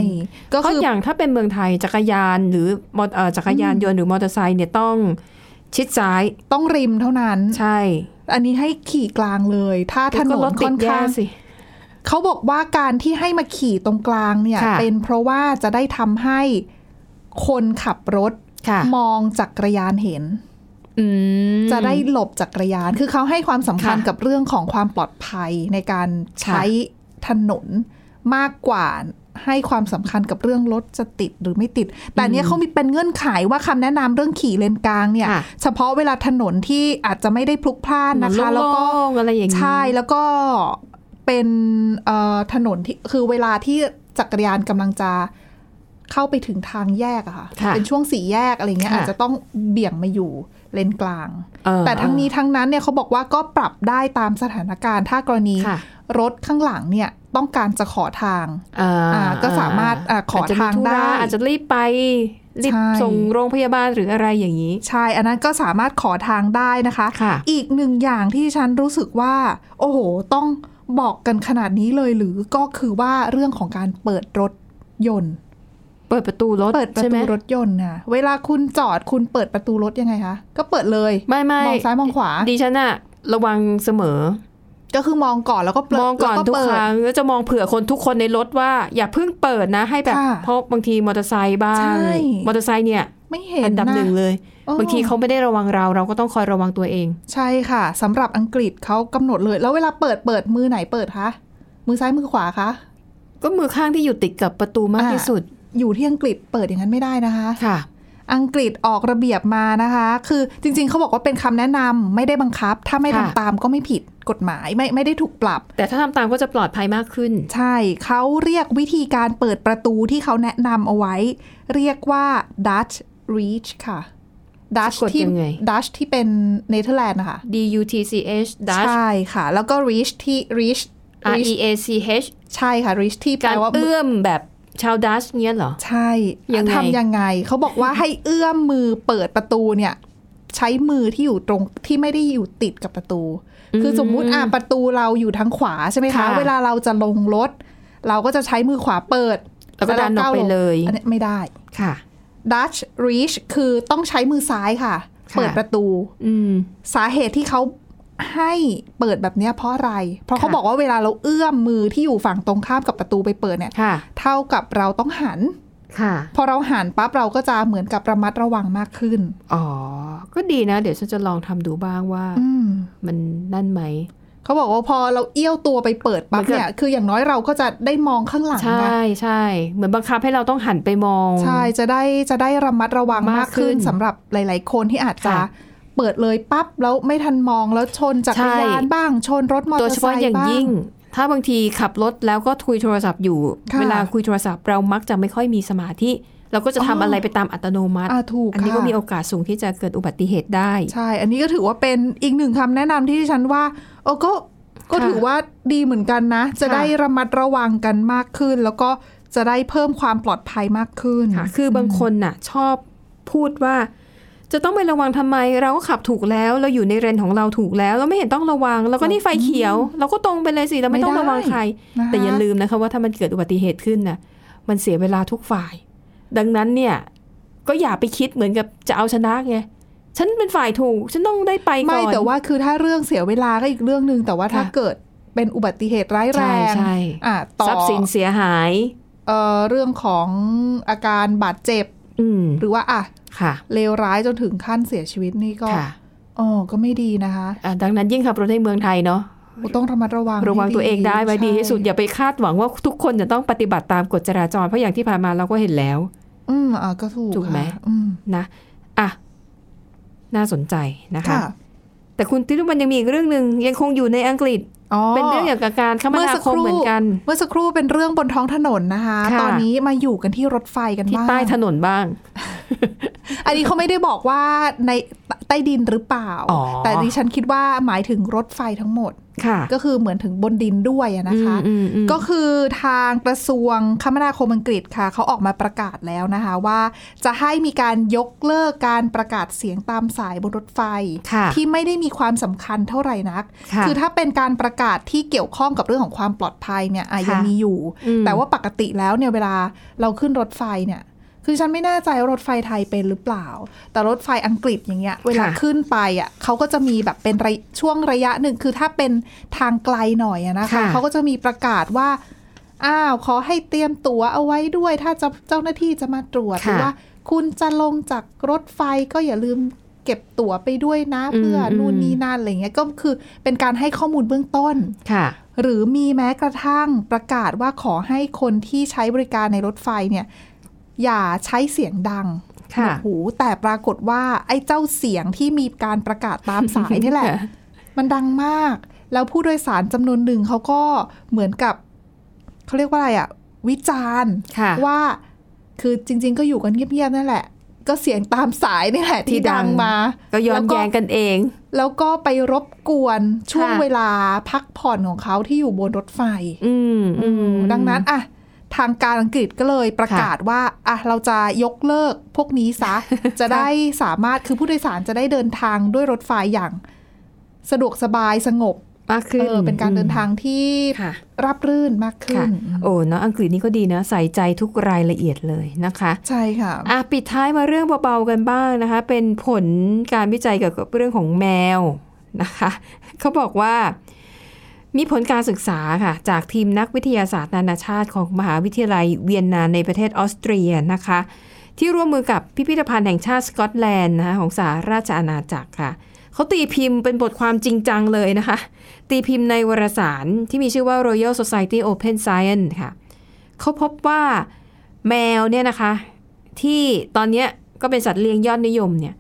Speaker 3: ก็
Speaker 2: เพราะ
Speaker 3: คือ
Speaker 2: อย่างถ้าเป็นเมืองไทยจักรยานหรือมอเอ่อจักรยานยนต์หรือมอเตอร์ไซค์เนี่ยต้องชิดซ้าย
Speaker 3: ต้องริมเท่านั้น
Speaker 2: ใช่
Speaker 3: อันนี้ให้ขี่กลางเลย ถ้าถน
Speaker 2: ก็
Speaker 3: น
Speaker 2: รถติ
Speaker 3: ค่อ
Speaker 2: ด
Speaker 3: น
Speaker 2: แย่
Speaker 3: ข้าง
Speaker 2: สิ
Speaker 3: เขาบอกว่าการที่ให้มาขี่ตรงกลางเนี่ย
Speaker 2: ค่ะ
Speaker 3: เป็นเพราะว่าจะได้ทำให้คนขับรถ
Speaker 2: ค่ะ
Speaker 3: มองจักรยานเห็น
Speaker 2: อืม
Speaker 3: จะได้หลบจักรยาน คือเขาให้ความสำคัญ
Speaker 2: ค่ะ
Speaker 3: กับเรื่องของความปลอดภัยในการใช้ถนนมากกว่าให้ความสำคัญกับเรื่องรถจะติดหรือไม่ติด แต่เนี้ยเขามีเป็นเงื่อนไขว่าคำแนะนำเรื่องขี่เลนกลางเนี่ย
Speaker 2: ค่ะ
Speaker 3: เฉพาะเวลาถนนที่อาจจะไม่ได้พลุกพล่านนะคะ
Speaker 2: แล้
Speaker 3: แล้ว ว
Speaker 2: ก็
Speaker 3: ก็
Speaker 2: อะไรอย่างนี้
Speaker 3: ใช่แล้วก็เป็นเอ่อถนนที่คือเวลาที่จักรยานกำลังจะเข้าไปถึงทางแยกอะค่ะ
Speaker 2: ค่ะ
Speaker 3: เป็นช่วงสี่แยกอะไรเงี้ย
Speaker 2: ค่ะ
Speaker 3: อาจจะต้องเบี่ยงมาอยู่เลนกลาง
Speaker 2: เออ
Speaker 3: แต่ทั้งนี้ทั้งนั้นเนี่ยเขาบอกว่าก็ปรับได้ตามสถานการณ์ถ้ากรณี
Speaker 2: ค่ะ
Speaker 3: รถข้างหลังเนี่ยต้องการจะขอทาง
Speaker 2: อ่า
Speaker 3: อ่าก็สามารถอ่าขอ
Speaker 2: จจะมี
Speaker 3: ทาง
Speaker 2: ธุระ
Speaker 3: ได้
Speaker 2: อาจจะรีบไปรีบ
Speaker 3: ใช่
Speaker 2: ส่งโรงพยาบาลหรืออะไรอย่างนี้
Speaker 3: ใช่อันนั้นก็สามารถขอทางได้นะคะ
Speaker 2: ค่ะ
Speaker 3: อีกหนึ่งอย่างที่ฉันรู้สึกว่า โอ้โห ต้องบอกกันขนาดนี้เลยหรือก็คือว่าเรื่องของการเปิดรถยนต์
Speaker 2: เ เปิดประตูรถ
Speaker 3: เปิดประ
Speaker 2: ใช่ไหม
Speaker 3: ตูรถยนต์นะเวลาคุณจอดคุณเปิดประตูรถยังไงคะ ก็เปิดเลย
Speaker 2: ไม่ไม่
Speaker 3: มองซ้ายมองขวา
Speaker 2: ดิฉันอะระวังเสมอ
Speaker 3: ก็คือมองก่อนแล้วก็เปิด
Speaker 2: มองก่อน
Speaker 3: แล้ว
Speaker 2: ทุก
Speaker 3: เปิ
Speaker 2: ค
Speaker 3: ด
Speaker 2: รั้งแล้วจะมองเผื่อคนทุกคนในรถว่า อย่าเพิ่งเปิดนะ ให้แบบ
Speaker 3: ค่ะ
Speaker 2: เพราะบางทีมอเตอร์ไซค์บ้า
Speaker 3: ใช่
Speaker 2: งมอเตอร์ไซค์เนี่ย
Speaker 3: ไม่เห็น
Speaker 2: อันดับ
Speaker 3: ะ
Speaker 2: หนึ่งเลย
Speaker 3: เออ
Speaker 2: บางทีเขาไม่ได้ระวังเราเราก็ต้องคอยระวังตัวเอง
Speaker 3: ใช่ค่ะสำหรับอังกฤษเขากำหนดเลย แล้วเวลาเปิดเปิดมือไหนเปิดคะมือซ้ายมือขวาคะ
Speaker 2: ก็มือข้างที่อยู่ติดกับประตูมาก
Speaker 3: อ่า
Speaker 2: ที่สุด
Speaker 3: อยู่ที่อังกฤษเปิดอย่างนั้นไม่ได้นะคะ
Speaker 2: ค่ะ
Speaker 3: อังกฤษออกระเบียบมานะคะ คือจริงๆเขาบอกว่าเป็นคำแนะนำไม่ได้บังคับ ถ้าไม่
Speaker 2: ค่ะ
Speaker 3: ทำตามก็ไม่ผิดกฎหมายไม่ไม่ได้ถูกปรับ
Speaker 2: แต่ถ้าทำตามก็จะปลอดภัยมากขึ้น
Speaker 3: ใช่เขาเรียกวิธีการเปิดประตูที่เขาแนะนำเอาไว้ เรียกว่า Dutch Reach ค่ะ Dutch
Speaker 2: สะกด
Speaker 3: ที่
Speaker 2: ยังไง
Speaker 3: Dutch ที่เป็นเนเธอร์แลนด์นะคะ
Speaker 2: D U T C H dash
Speaker 3: ใช่ค่ะ แล้วก็ Reach ที่ Reach
Speaker 2: R
Speaker 3: reach
Speaker 2: E A C H
Speaker 3: ใช่ค่ะ reach ที่แป
Speaker 2: กา
Speaker 3: ล
Speaker 2: ร
Speaker 3: ว่า
Speaker 2: เอื้อมแบบชาวดัชเนี้ยเหรอ
Speaker 3: ใช่
Speaker 2: ยังไง
Speaker 3: ทำยังไง เขาบอก
Speaker 2: <laughs>
Speaker 3: ว่าให้เอื้อมมือเปิดประตูเนี่ย ใช้มือที่อยู่ตรงที่ไม่ได้อยู่ติดกับประตู คือสมมุติอ่ะประตูเราอยู่ทางขวาใช่ไหมคะ
Speaker 2: ค่ะ
Speaker 3: เวลาเราจะลงรถ เราก็จะใช้มือขวาเปิด
Speaker 2: แล้วก็ดันออกไปเลย
Speaker 3: อันนี้ไม่ได้
Speaker 2: ค่ะ
Speaker 3: Dutch reach คือต้องใช้มือซ้ายค่ะ
Speaker 2: ค่ะ
Speaker 3: เปิดประตู
Speaker 2: อืม
Speaker 3: สาเหตุที่เขาให้เปิดแบบเนี้ยเพราะอะไร เพราะเขา
Speaker 2: ค่ะ
Speaker 3: บอกว่าเวลาเราเอื้อมมือที่อยู่ฝั่งตรงข้ามกับประตูไปเปิดเนี่ย
Speaker 2: ค่ะ
Speaker 3: เท่ากับเราต้องหัน
Speaker 2: ค่ะ
Speaker 3: พอเราหันปั๊บเราก็จะเหมือนกับระมัดระวังมากขึ้น
Speaker 2: อ๋อ ก็ดีนะ เดี๋ยวฉันจะลองทำดูบ้างว่า
Speaker 3: อืม
Speaker 2: มันนั่นไหม
Speaker 3: เขาบอกว่าพอเราเอี้ยวตัวไปเปิดปั๊บ
Speaker 2: มันก็
Speaker 3: เนี่ย คืออย่างน้อยเราก็จะได้มองข้างหลัง
Speaker 2: ใช
Speaker 3: นะ
Speaker 2: ่ใช่เหมือนบังคับให้เราต้องหันไปมอง
Speaker 3: ใช่จะได้จะได้ระมัดระวังมากขึ้น
Speaker 2: มากขึ้น
Speaker 3: สำหรับหลาย ๆ คนที่อาจจะ
Speaker 2: ค่ะ
Speaker 3: เปิดเลยปั๊บแล้วไม่ทันมองแล้วชนจักรยาน
Speaker 2: ใช่
Speaker 3: บ้างชนรถมอเต
Speaker 2: โด
Speaker 3: อย ร์
Speaker 2: เฉ
Speaker 3: ไซ
Speaker 2: พาะ
Speaker 3: ค์บ้าง
Speaker 2: อย่างยิ่ง ถ้าบางทีขับรถแล้วก็คุยโทรศัพท์อยู่
Speaker 3: ค่ะ
Speaker 2: เวลาคุยโทรศัพท์เรามักจะไม่ค่อยมีสมาธิ เราก็จะทำ
Speaker 3: อ๋ออ
Speaker 2: อะไรไปตามอัตโนมัติ
Speaker 3: อ่าถูก
Speaker 2: อันนี้
Speaker 3: ค่ะ
Speaker 2: ก็มีโอกาสสูงที่จะเกิดอุบัติเหตุได้
Speaker 3: ใช่ อันนี้ก็ถือว่าเป็นอีกหนึ่งคำแนะนำที่ดิฉันว่าโอ้ก็ก็
Speaker 2: ค่ะ
Speaker 3: ถือว่าดีเหมือนกันนะ จะ
Speaker 2: ค่ะ
Speaker 3: ได้ระมัดระวังกันมากขึ้น แล้วก็จะได้เพิ่มความปลอดภัยมากขึ้น
Speaker 2: ค่ะ คือบางคนน่ะชอบพูดว่า จะต้องไประวังทำไม เราก็ขับถูกแล้ว เราอยู่ในเรนของเราถูกแล้ว เราไม่เห็นต้องระวัง แล้วก็นี่ไฟเขียว เราก็ตรงไปเลยสิ เราไม่ต้อง
Speaker 3: ไม่ได้
Speaker 2: ระวังใคร
Speaker 3: นะคะ
Speaker 2: แต่อย่าลืมนะคะว่าถ้ามันเกิดอุบัติเหตุขึ้นน่ะมันเสียเวลาทุกฝ่าย ดังนั้นเนี่ยก็อย่าไปคิดเหมือนกับจะเอาชนะไงฉันเป็นฝ่ายถูก ฉันต้องได้ไปก่อน
Speaker 3: ไม่แต่ว่าคือถ้าเรื่องเสียเวลาก็อีกเรื่องหนึ่งแต่ว่าถ้า
Speaker 2: ค่ะ
Speaker 3: เกิดเป็นอุบัติเหตุร้ายแร
Speaker 2: ใช่
Speaker 3: ง
Speaker 2: ใช่
Speaker 3: อ่ะต่อ
Speaker 2: ทรัพย์สินเสียหาย
Speaker 3: เอ่อเรื่องของอาการบาดเจ็บ
Speaker 2: อืม
Speaker 3: หรือว่าอ่ะ
Speaker 2: ค่ะ
Speaker 3: เลวร้ายจนถึงขั้นเสียชีวิตนี่ก็
Speaker 2: ค่ะ
Speaker 3: อ๋อก็ไม่ดีนะคะ
Speaker 2: อ่ะดังนั้นยิ่งขับรถในเมืองไทยเนาะ
Speaker 3: ต้องระมัดระวัง
Speaker 2: ระวัง
Speaker 3: ให้
Speaker 2: ตัวเองได้ไว้ดีที่สุด
Speaker 3: ใช่
Speaker 2: อย่าไปคาดหวังว่าทุกคนจะต้องปฏิบัติตามกฎจราจรเพราะอย่างที่ผ่านมาเราก็เห็นแล้ว
Speaker 3: อืมอ่าก็ถูก
Speaker 2: ถูกไหม
Speaker 3: ค่ะอืม
Speaker 2: นะอ่ะน่าสนใจนะคะ
Speaker 3: ค่ะ
Speaker 2: แต่คุณติรุมันยังมีอีกเรื่องหนึ่งยังคงอยู่ในอังกฤษ
Speaker 3: อ๋อ
Speaker 2: เป็นเรื่องเกี่ยวกับการคม
Speaker 3: เมื่อ
Speaker 2: นา
Speaker 3: สัก
Speaker 2: คม
Speaker 3: รู่
Speaker 2: เหมือนกัน
Speaker 3: เมื่อสักครู่เป็นเรื่องบนท้องถนนนะคะ
Speaker 2: ค่ะ
Speaker 3: ตอนนี้มาอยู่กันที่รถไฟกัน
Speaker 2: ที่
Speaker 3: บ้าง
Speaker 2: ใต้ถนนบ้าง
Speaker 3: อันนี้เขาไม่ได้บอกว่าในใต้ดินหรือเปล่า
Speaker 2: อ๋อ
Speaker 3: แต่ดิฉันคิดว่าหมายถึงรถไฟทั้งหมด
Speaker 2: ค่ะ
Speaker 3: ก็คือเหมือนถึงบนดินด้วยอะนะคะ
Speaker 2: อืมอืมอืม
Speaker 3: ก็คือทางกระทรวงคมนาคมอังกฤษค่ะ เขาออกมาประกาศแล้วนะคะว่า จะให้มีการยกเลิกการประกาศเสียงตามสายบนรถไฟ
Speaker 2: ค่ะ
Speaker 3: ที่ไม่ได้มีความสำคัญเท่าไหร่นัก
Speaker 2: ค่ะ
Speaker 3: อถ้าเป็นการประกาศที่เกี่ยวข้องกับเรื่องของความปลอดภัยเนี่ยอ่ะ
Speaker 2: ค่ะ
Speaker 3: ยังมีอยู่
Speaker 2: อืม
Speaker 3: แต่ว่าปกติแล้วเนี่ยเวลาเราขึ้นรถไฟเนี่ย คือฉันไม่แน่ใจว่ารถไฟไทยเป็นหรือเปล่า แต่รถไฟอังกฤษอย่างเงี้ย เวลาขึ้นไปอ่ะเขาก็จะมีแบบเป็นระยะช่วงระยะหนึ่งคือถ้าเป็นทางไกลหน่อยอะนะคะ
Speaker 2: ค่ะ
Speaker 3: เขาก็จะมีประกาศว่า อ้าวขอให้เตรียมตั๋วเอาไว้ด้วย ถ้าจะเจ้าหน้าที่จะมาตรวจห
Speaker 2: ค่ะ
Speaker 3: รือว่า คุณจะลงจากรถไฟก็อย่าลืมเก็บตั๋วไปด้วยนะเพื่ออ
Speaker 2: ม
Speaker 3: นู่นนี่นั่นอะไรเงี้ยก็คือเป็นการให้ข้อมูลเบื้องต้น
Speaker 2: ค่ะ
Speaker 3: หรือมีแม้กระทั่งประกาศว่าขอให้คนที่ใช้บริการในรถไฟเนี่ยอย่าใช้เสียงดังหน
Speaker 2: ค่ะ
Speaker 3: วกหู แต่ปรากฏว่าไอ้เจ้าเสียงที่มีการประกาศตามสายนี่
Speaker 2: <laughs>
Speaker 3: แหละ มันดังมาก แล้วผู้โดยสารจำนวนหนึ่งเขาก็เหมือนกับเขาเรียกว่าอะไรอะวิจารณ์
Speaker 2: ค่ะ
Speaker 3: ว่าคือจริง ๆ ก็อยู่กันเงียบๆนั่นแหละ ก็เสียงตามสายนี่แหละ
Speaker 2: ที่
Speaker 3: ที่
Speaker 2: ดั
Speaker 3: ดั
Speaker 2: ง
Speaker 3: งมา
Speaker 2: ก็ย้อน
Speaker 3: ล้ว
Speaker 2: แย้งกันเอง
Speaker 3: แล้วก็ไปรบกวนช่วง
Speaker 2: ค่ะ
Speaker 3: เวลาพักผ่อนของเขาที่อยู่บนรถไฟ
Speaker 2: อืมอืม
Speaker 3: ดังนั้นอะทางการอังกฤษก็เลยประกาศว่าอะเราจะยกเลิกพวกนี้
Speaker 2: <laughs>
Speaker 3: ซะ จะได้สามารถคือผู้โดยสารจะได้เดินทางด้วยรถไฟอย่าง สะดวกสบายสงบ
Speaker 2: มากขึ้น
Speaker 3: เออเป็นการเดินทางที่
Speaker 2: ค่ะ
Speaker 3: รับรื่นมากขึ้
Speaker 2: ค่ะ
Speaker 3: น
Speaker 2: โอ้เนาะอังกฤษนี่ก็ดีนะ ใส่ใจทุกรายละเอียดเลยนะคะ
Speaker 3: ใช่ค่ะ
Speaker 2: อ่ะปิดท้ายมาเรื่องเบาๆกันบ้างนะคะ เป็นผลการวิจัยเกี่ยวกับเรื่องของแมวนะคะ <laughs> เขาบอกว่ามีผลการศึกษาค่ะ จากทีมนักวิทยาศาสตร์นานาชาติของมหาวิทยาลัยเวียนนาในประเทศออสเตรียนะคะ ที่ร่วมมือกับพิพิธภัณฑ์แห่งชาติสกอตแลนด์นะคะของสหราชอาณาจักรค่ะ เขาตีพิมพ์เป็นบทความจริงจังเลยนะคะ ตีพิมพ์ในวารสารที่มีชื่อว่า Royal Society Open Science ค่ะ เขาพบว่าแมวเนี่ยนะคะ ที่ตอนเนี้ยก็เป็นสัตว์เลี้ยงยอดนิยมเนี่ย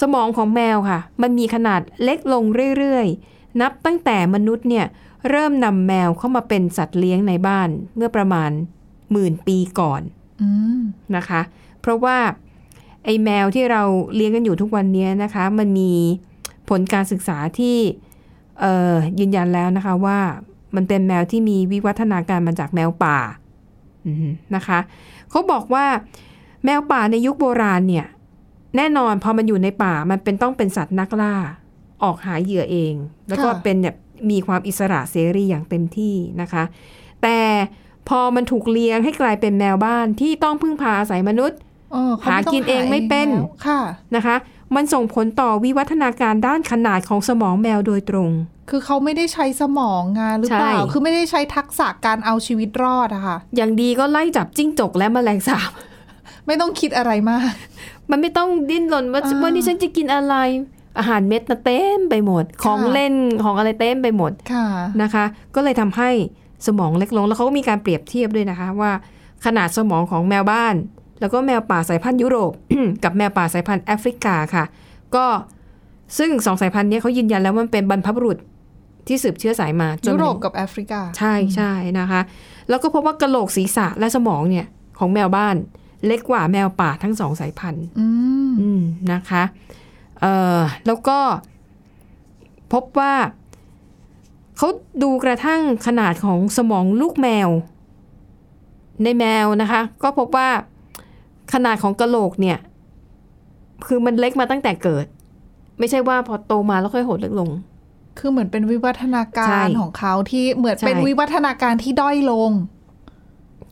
Speaker 2: สมองของแมวค่ะ มันมีขนาดเล็กลงเรื่อยๆ นับตั้งแต่มนุษย์เนี่ย เริ่มนำแมวเข้ามาเป็นสัตว์เลี้ยงในบ้านเมื่อประมาณหมื่นปีก่อน
Speaker 3: อืม
Speaker 2: นะคะ เพราะว่าไอ้แมวที่เราเลี้ยงกันอยู่ทุกวันเนี้ยนะคะ มันมีผลการศึกษาที่เอ่อยืนยันแล้วนะคะว่ามันเป็นแมวที่มีวิวัฒนาการมาจากแมวป่าอืมนะคะเขาบอกว่าแมวป่าในยุคโบราณเนี่ย แน่นอนพอมันอยู่ในป่ามันเป็นต้องเป็นสัตว์นักล่า ออกหาเหยื่อเอง แล้วก็
Speaker 3: ค่ะ
Speaker 2: เป็นแบบมีความอิสระเสรีอย่างเต็มที่นะคะ แต่พอมันถูกเลี้ยงให้กลายเป็นแมวบ้านที่ต้องพึ่งพาอาศัยมนุษย์
Speaker 3: เออเขไม่ต้
Speaker 2: หากินเอง
Speaker 3: หา
Speaker 2: ไม่เป็น
Speaker 3: แล้วค่ะ
Speaker 2: นะคะ มันส่งผลต่อวิวัฒนาการด้านขนาดของสมองแมวโดยตรง
Speaker 3: คือเขาไม่ได้ใช้สมองงานหรือเปล่า
Speaker 2: ใช่
Speaker 3: คือไม่ได้ใช้ทักษะการเอาชีวิตรอดอะค่ะ
Speaker 2: อย่างดีก็ไล่จับจิ้งจกและแมลงสาบ <laughs>
Speaker 3: ไม่ต้องคิดอะไรมาก
Speaker 2: มันไม่ต้องดิ้นรนว่า
Speaker 3: อ่า
Speaker 2: วันนี้ฉันจะกินอะไร อาหารเม็ดนะเต็มไปหมด ของ
Speaker 3: ค่ะ
Speaker 2: เล่นของอะไรเต็มไปหมด
Speaker 3: ค่ะ
Speaker 2: นะคะ ก็เลยทำให้สมองเล็กลง แล้วเขาก็มีการเปรียบเทียบด้วยนะคะ ว่าขนาดสมองของแมวบ้าน แล้วก็แมวป่าสายพันธุ์ยุโรป <coughs> กับแมวป่าสายพันธุ์แอฟริกาค่ะ ก็ซึ่งสองสายพันธุ์เนี้ยเขายืนยันแล้วว่ามันเป็นบรรพบุรุษที่สืบเชื้อสายมาจน
Speaker 3: ยุโรป
Speaker 2: ถึง
Speaker 3: กับแอฟริกา
Speaker 2: ใช่ใช่นะคะ แล้วก็พบว่ากระโหลกศีรษะและสมองเนี่ยของแมวบ้านเล็กกว่าแมวป่าทั้งสองสายพันธุ์
Speaker 3: อืม
Speaker 2: อืมนะคะเอ่อแล้วก็พบว่าเขาดูกระทั่งขนาดของสมองลูกแมว ในแมวนะคะ ก็พบว่าขนาดของกะโหลกเนี่ย คือมันเล็กมาตั้งแต่เกิด ไม่ใช่ว่าพอโตมาแล้วค่อยหดเล็กลง
Speaker 3: คือเหมือนเป็นวิวัฒนา
Speaker 2: ใช่
Speaker 3: การของเขาที่เหมือน
Speaker 2: ใช่
Speaker 3: เป็นวิวัฒนาการที่ด้อยลง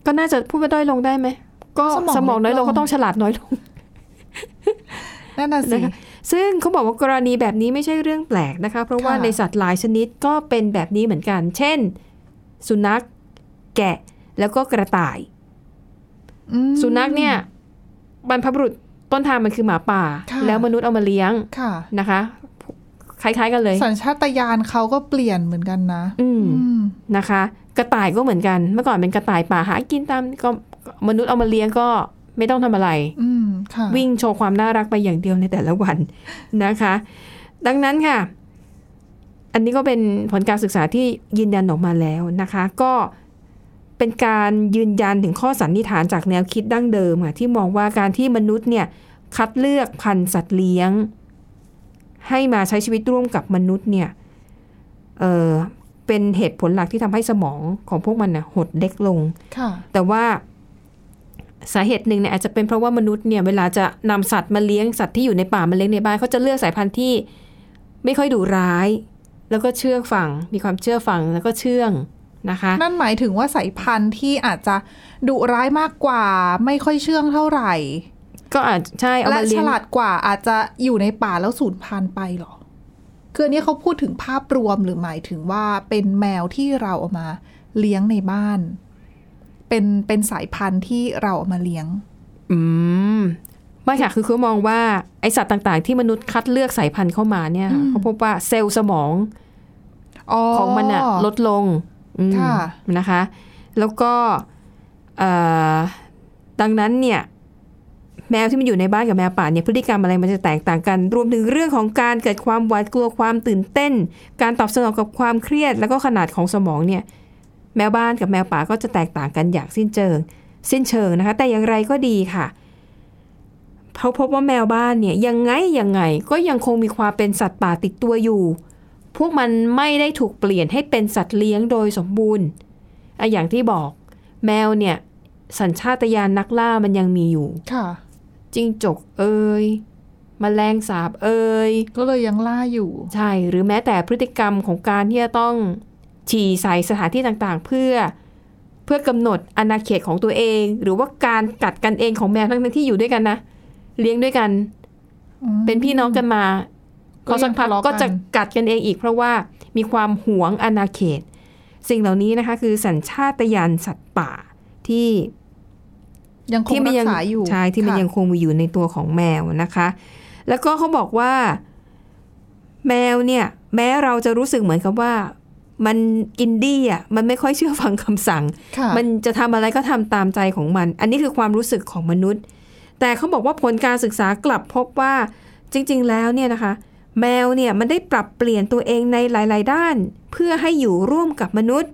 Speaker 2: ก็น่าจะพูดว่าด้อยลงได้ไหมก็
Speaker 3: สมอง
Speaker 2: สมองน้อยล
Speaker 3: น้
Speaker 2: ง
Speaker 3: อยลง
Speaker 2: ก็ต้องฉลาดน้อยลง
Speaker 3: นั่นน่ะสิ
Speaker 2: นะคะ ซึ่งเขาบอกว่ากรณีแบบนี้ไม่ใช่เรื่องแปลกนะคะ เพราะว่า
Speaker 3: ค่ะ
Speaker 2: ในสัตว์หลายชนิดก็เป็นแบบนี้เหมือนกัน เช่น สุนัข แกะแล้วก็กระต่าย
Speaker 3: อืม
Speaker 2: สุนัขเนี่ยบรรพบุรุษต้นทางมันคือหมาป่า
Speaker 3: ค่ะ
Speaker 2: แล้วมนุษย์เอามาเลี้ยง
Speaker 3: ค่ะ
Speaker 2: นะคะ คล้ายๆกันเลย
Speaker 3: สัญชาตญาณเขาก็เปลี่ยนเหมือนกันนะ
Speaker 2: อืม
Speaker 3: อืม
Speaker 2: นะคะ กระต่ายก็เหมือนกัน เมื่อก่อนเป็นกระต่ายป่าหากินตามก็มนุษย์เอามาเลี้ยงก็ไม่ต้องทำอะไร
Speaker 3: อืม ค่ะ
Speaker 2: วิ่งโชว์ความน่ารักไปอย่างเดียวในแต่ละวัน <laughs> นะคะ ดังนั้นค่ะ อันนี้ก็เป็นผลการศึกษาที่ยืนยันออกมาแล้วนะคะ ก็เป็นการยืนยันถึงข้อสันนิษฐานจากแนวคิดดั้งเดิมค่ะที่มองว่าการที่มนุษย์เนี่ยคัดเลือกพันธุ์สัตว์เลี้ยง ให้มาใช้ชีวิตร่วมกับมนุษย์เนี่ยเออเป็นเหตุผลหลักที่ทำให้สมองของพวกมันนะหดเล็กลง
Speaker 3: ค่ะ
Speaker 2: แต่ว่าสาเหตุหนึ่งเนี่ยอาจจะเป็นเพราะว่ามนุษย์เนี่ยเวลาจะนำสัตว์มาเลี้ยงสัตว์ที่อยู่ในป่ามาเลี้ยงในบ้านเขาจะเลือกสายพันธุ์ที่ไม่ค่อยดุร้าย แล้วก็เชื่อฟัง มีความเชื่อฟังแล้วก็เชื่องนะคะ
Speaker 3: นั่นหมายถึงว่าสายพันธุ์ที่อาจจะดุร้ายมากกว่า ไม่ค่อยเชื่องเท่าไหร่
Speaker 2: ก็อาจใช่เอา
Speaker 3: และ
Speaker 2: มาเลี้
Speaker 3: ฉ
Speaker 2: ยง
Speaker 3: ลาดกว่าอาจจะอยู่ในป่าแล้วสูญพันธุ์ไปเหรอ คืออันนี้เขาพูดถึงภาพรวมหรือหมายถึงว่าเป็นแมวที่เราเอามาเลี้ยงในบ้าน เป็นเป็นสายพันธุ์ที่เราเอามาเลี้ยง
Speaker 2: อืมไม่ค่ะคือเขามองว่าไอสัตว์ต่างๆ ที่มนุษย์คัดเลือกสายพันธุ์เข้ามาเนี่ย
Speaker 3: อืม
Speaker 2: เขาพบว่าเซลล์สมอง ของมันอะลดลงอืม
Speaker 3: ค่ะ
Speaker 2: นะคะ แล้วก็เอ่อดังนั้นเนี่ย แมวที่มันอยู่ในบ้านกับแมวป่าเนี่ยพฤติกรรมอะไรมันจะแตกต่างกัน รวมถึงเรื่องของการเกิดความหวาดกลัวความตื่นเต้น การตอบสนองกับความเครียด แล้วก็ขนาดของสมองเนี่ย แมวบ้านกับแมวป่าก็จะแตกต่างกันอย่างสิ้นเชิง สิ้นเชิงนะคะ แต่อย่างไรก็ดีค่ะเขาพบว่าแมวบ้านเนี่ยยังไงยังไงก็ยังคงมีความเป็นสัตว์ป่าติดตัวอยู่ พวกมันไม่ได้ถูกเปลี่ยนให้เป็นสัตว์เลี้ยงโดยสมบูรณ์อะอย่างที่บอก แมวเนี่ย สัญชาตญาณนักล่ามันยังมีอยู่
Speaker 3: ค่ะ
Speaker 2: จิ้งจกเอย แมลงสาบเอ่ย
Speaker 3: ก็เลยยังล่าอยู่
Speaker 2: ใช่ หรือแม้แต่พฤติกรรมของการที่จะต้องฉี่ใส่สถานที่ต่างๆ เพื่อเพื่อกำหนดอาณาเขตของตัวเอง หรือว่าการกัดกันเองของแมวทั้งๆที่อยู่ด้วยกันนะ เลี้ยงด้วยกัน
Speaker 3: อืม
Speaker 2: เป็นพี่น้องกันมาพ
Speaker 3: ก็
Speaker 2: อ
Speaker 3: ยั
Speaker 2: สัก
Speaker 3: ง
Speaker 2: พัก
Speaker 3: ทะเลาะกัน
Speaker 2: ก็จะกัดกันเองอีก เพราะว่ามีความหวงอาณาเขต สิ่งเหล่านี้นะคะ คือสัญชาตญาณสัตว์ป่าที่
Speaker 3: ยังคง
Speaker 2: ที่มั
Speaker 3: รั
Speaker 2: ยั
Speaker 3: กษาอยู่
Speaker 2: ใช่ที่มัน
Speaker 3: ค่ะ
Speaker 2: ยังคงมีอยู่ในตัวของแมวนะคะ แล้วก็เขาบอกว่า แมวเนี่ย แม้เราจะรู้สึกเหมือนกับว่า มันอินดี้อ่ะมันไม่ค่อยเชื่อฟังคำสั่ง
Speaker 3: ค่ะ
Speaker 2: มันจะทำอะไรก็ทำตามใจของมัน อันนี้คือความรู้สึกของมนุษย์ แต่เขาบอกว่าผลการศึกษากลับพบว่าจริง ๆ แล้วเนี่ยนะคะ แมวเนี่ยมันได้ปรับเปลี่ยนตัวเองในหลาย ๆ ด้าน เพื่อให้อยู่ร่วมกับมนุษย์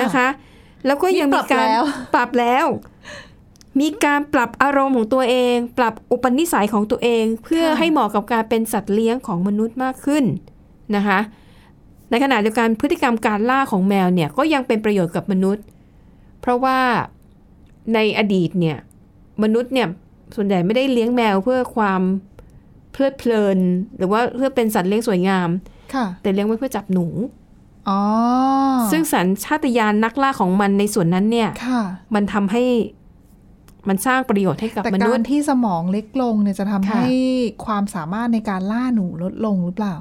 Speaker 2: นะคะ แล้วก็ยังมี
Speaker 3: นี่ปรับ
Speaker 2: การ
Speaker 3: แล้ว
Speaker 2: ปรับแล้ว มีการปรับอารมณ์ของตัวเอง ปรับอุปนิสัยของตัวเอง เพื่อ
Speaker 3: ค่ะ
Speaker 2: ให้เหมาะกับการเป็นสัตว์เลี้ยงของมนุษย์มากขึ้นนะคะ ในขณะเดียวกันพฤติกรรมการล่าของแมวเนี่ยก็ยังเป็นประโยชน์กับมนุษย์ เพราะว่าในอดีตเนี่ยมนุษย์เนี่ยส่วนใหญ่ไม่ได้เลี้ยงแมวเพื่อความเพลิดเพลิน หรือว่าเพื่อเป็นสัตว์เลี้ยงสวยงาม
Speaker 3: ค่ะ
Speaker 2: แต่เลี้ยงไว้เพื่อจับหนู
Speaker 3: อ๋อ
Speaker 2: ซึ่งสัญชาตญาณนักล่าของมันในส่วนนั้นเนี่ย
Speaker 3: ค่ะ
Speaker 2: มันทำให้มันสร้างประโยชน์ให้กับ
Speaker 3: แต่
Speaker 2: ม
Speaker 3: กา
Speaker 2: นุษ
Speaker 3: ร
Speaker 2: ย์
Speaker 3: ที่สมองเล็กลงเนี่ยจะทำ
Speaker 2: ค่ะ
Speaker 3: ให้ความสามารถในการล่าหนูลดลงหรือเปล่า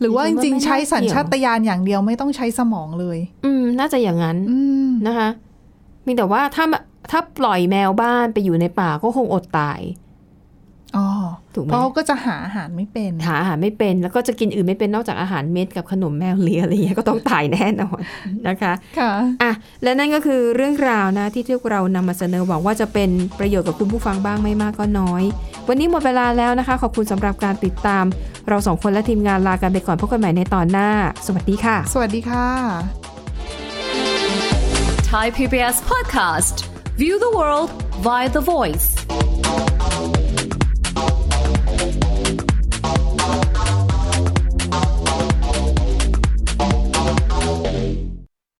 Speaker 3: หรือว่า
Speaker 2: ดิฉันว่า
Speaker 3: จริง
Speaker 2: ไม่
Speaker 3: ๆ ใช้
Speaker 2: น่าเกี่ยว
Speaker 3: สัญชาตญาณอย่างเดียวไม่ต้องใช้สมองเลย
Speaker 2: อืม น่าจะอย่างนั้น
Speaker 3: อืม
Speaker 2: นะคะมีแต่ว่าถ้าถ้าปล่อยแมวบ้านไปอยู่ในป่าก็คงอดตาย
Speaker 3: อ๋อ
Speaker 2: ถูกไหม
Speaker 3: เพราะเขาก็จะหาอาหารไม่เป็น
Speaker 2: หาอาหารไม่เป็น แล้วก็จะกินอื่นไม่เป็นนอกจากอาหารเม็ดกับขนมแมวเลียอะไรอย่างเงี้ยก็ต้องตายแน่นอน <laughs> นะคะ
Speaker 3: ค่ะ
Speaker 2: อ่ะและนั่นก็คือเรื่องราวนะที่ที่เรานำมาเสนอหวังว่าจะเป็นประโยชน์กับคุณผู้ฟังบ้างไม่มากก็น้อย วันนี้หมดเวลาแล้วนะคะ ขอบคุณสำหรับการติดตาม เราสองคนและทีมงานลากันไปก่อนพบกันใหม่ในตอนหน้า สวัสดีค่ะ
Speaker 3: สวัสดีค่ะ
Speaker 4: Thai PBS podcast. View the world via the voice.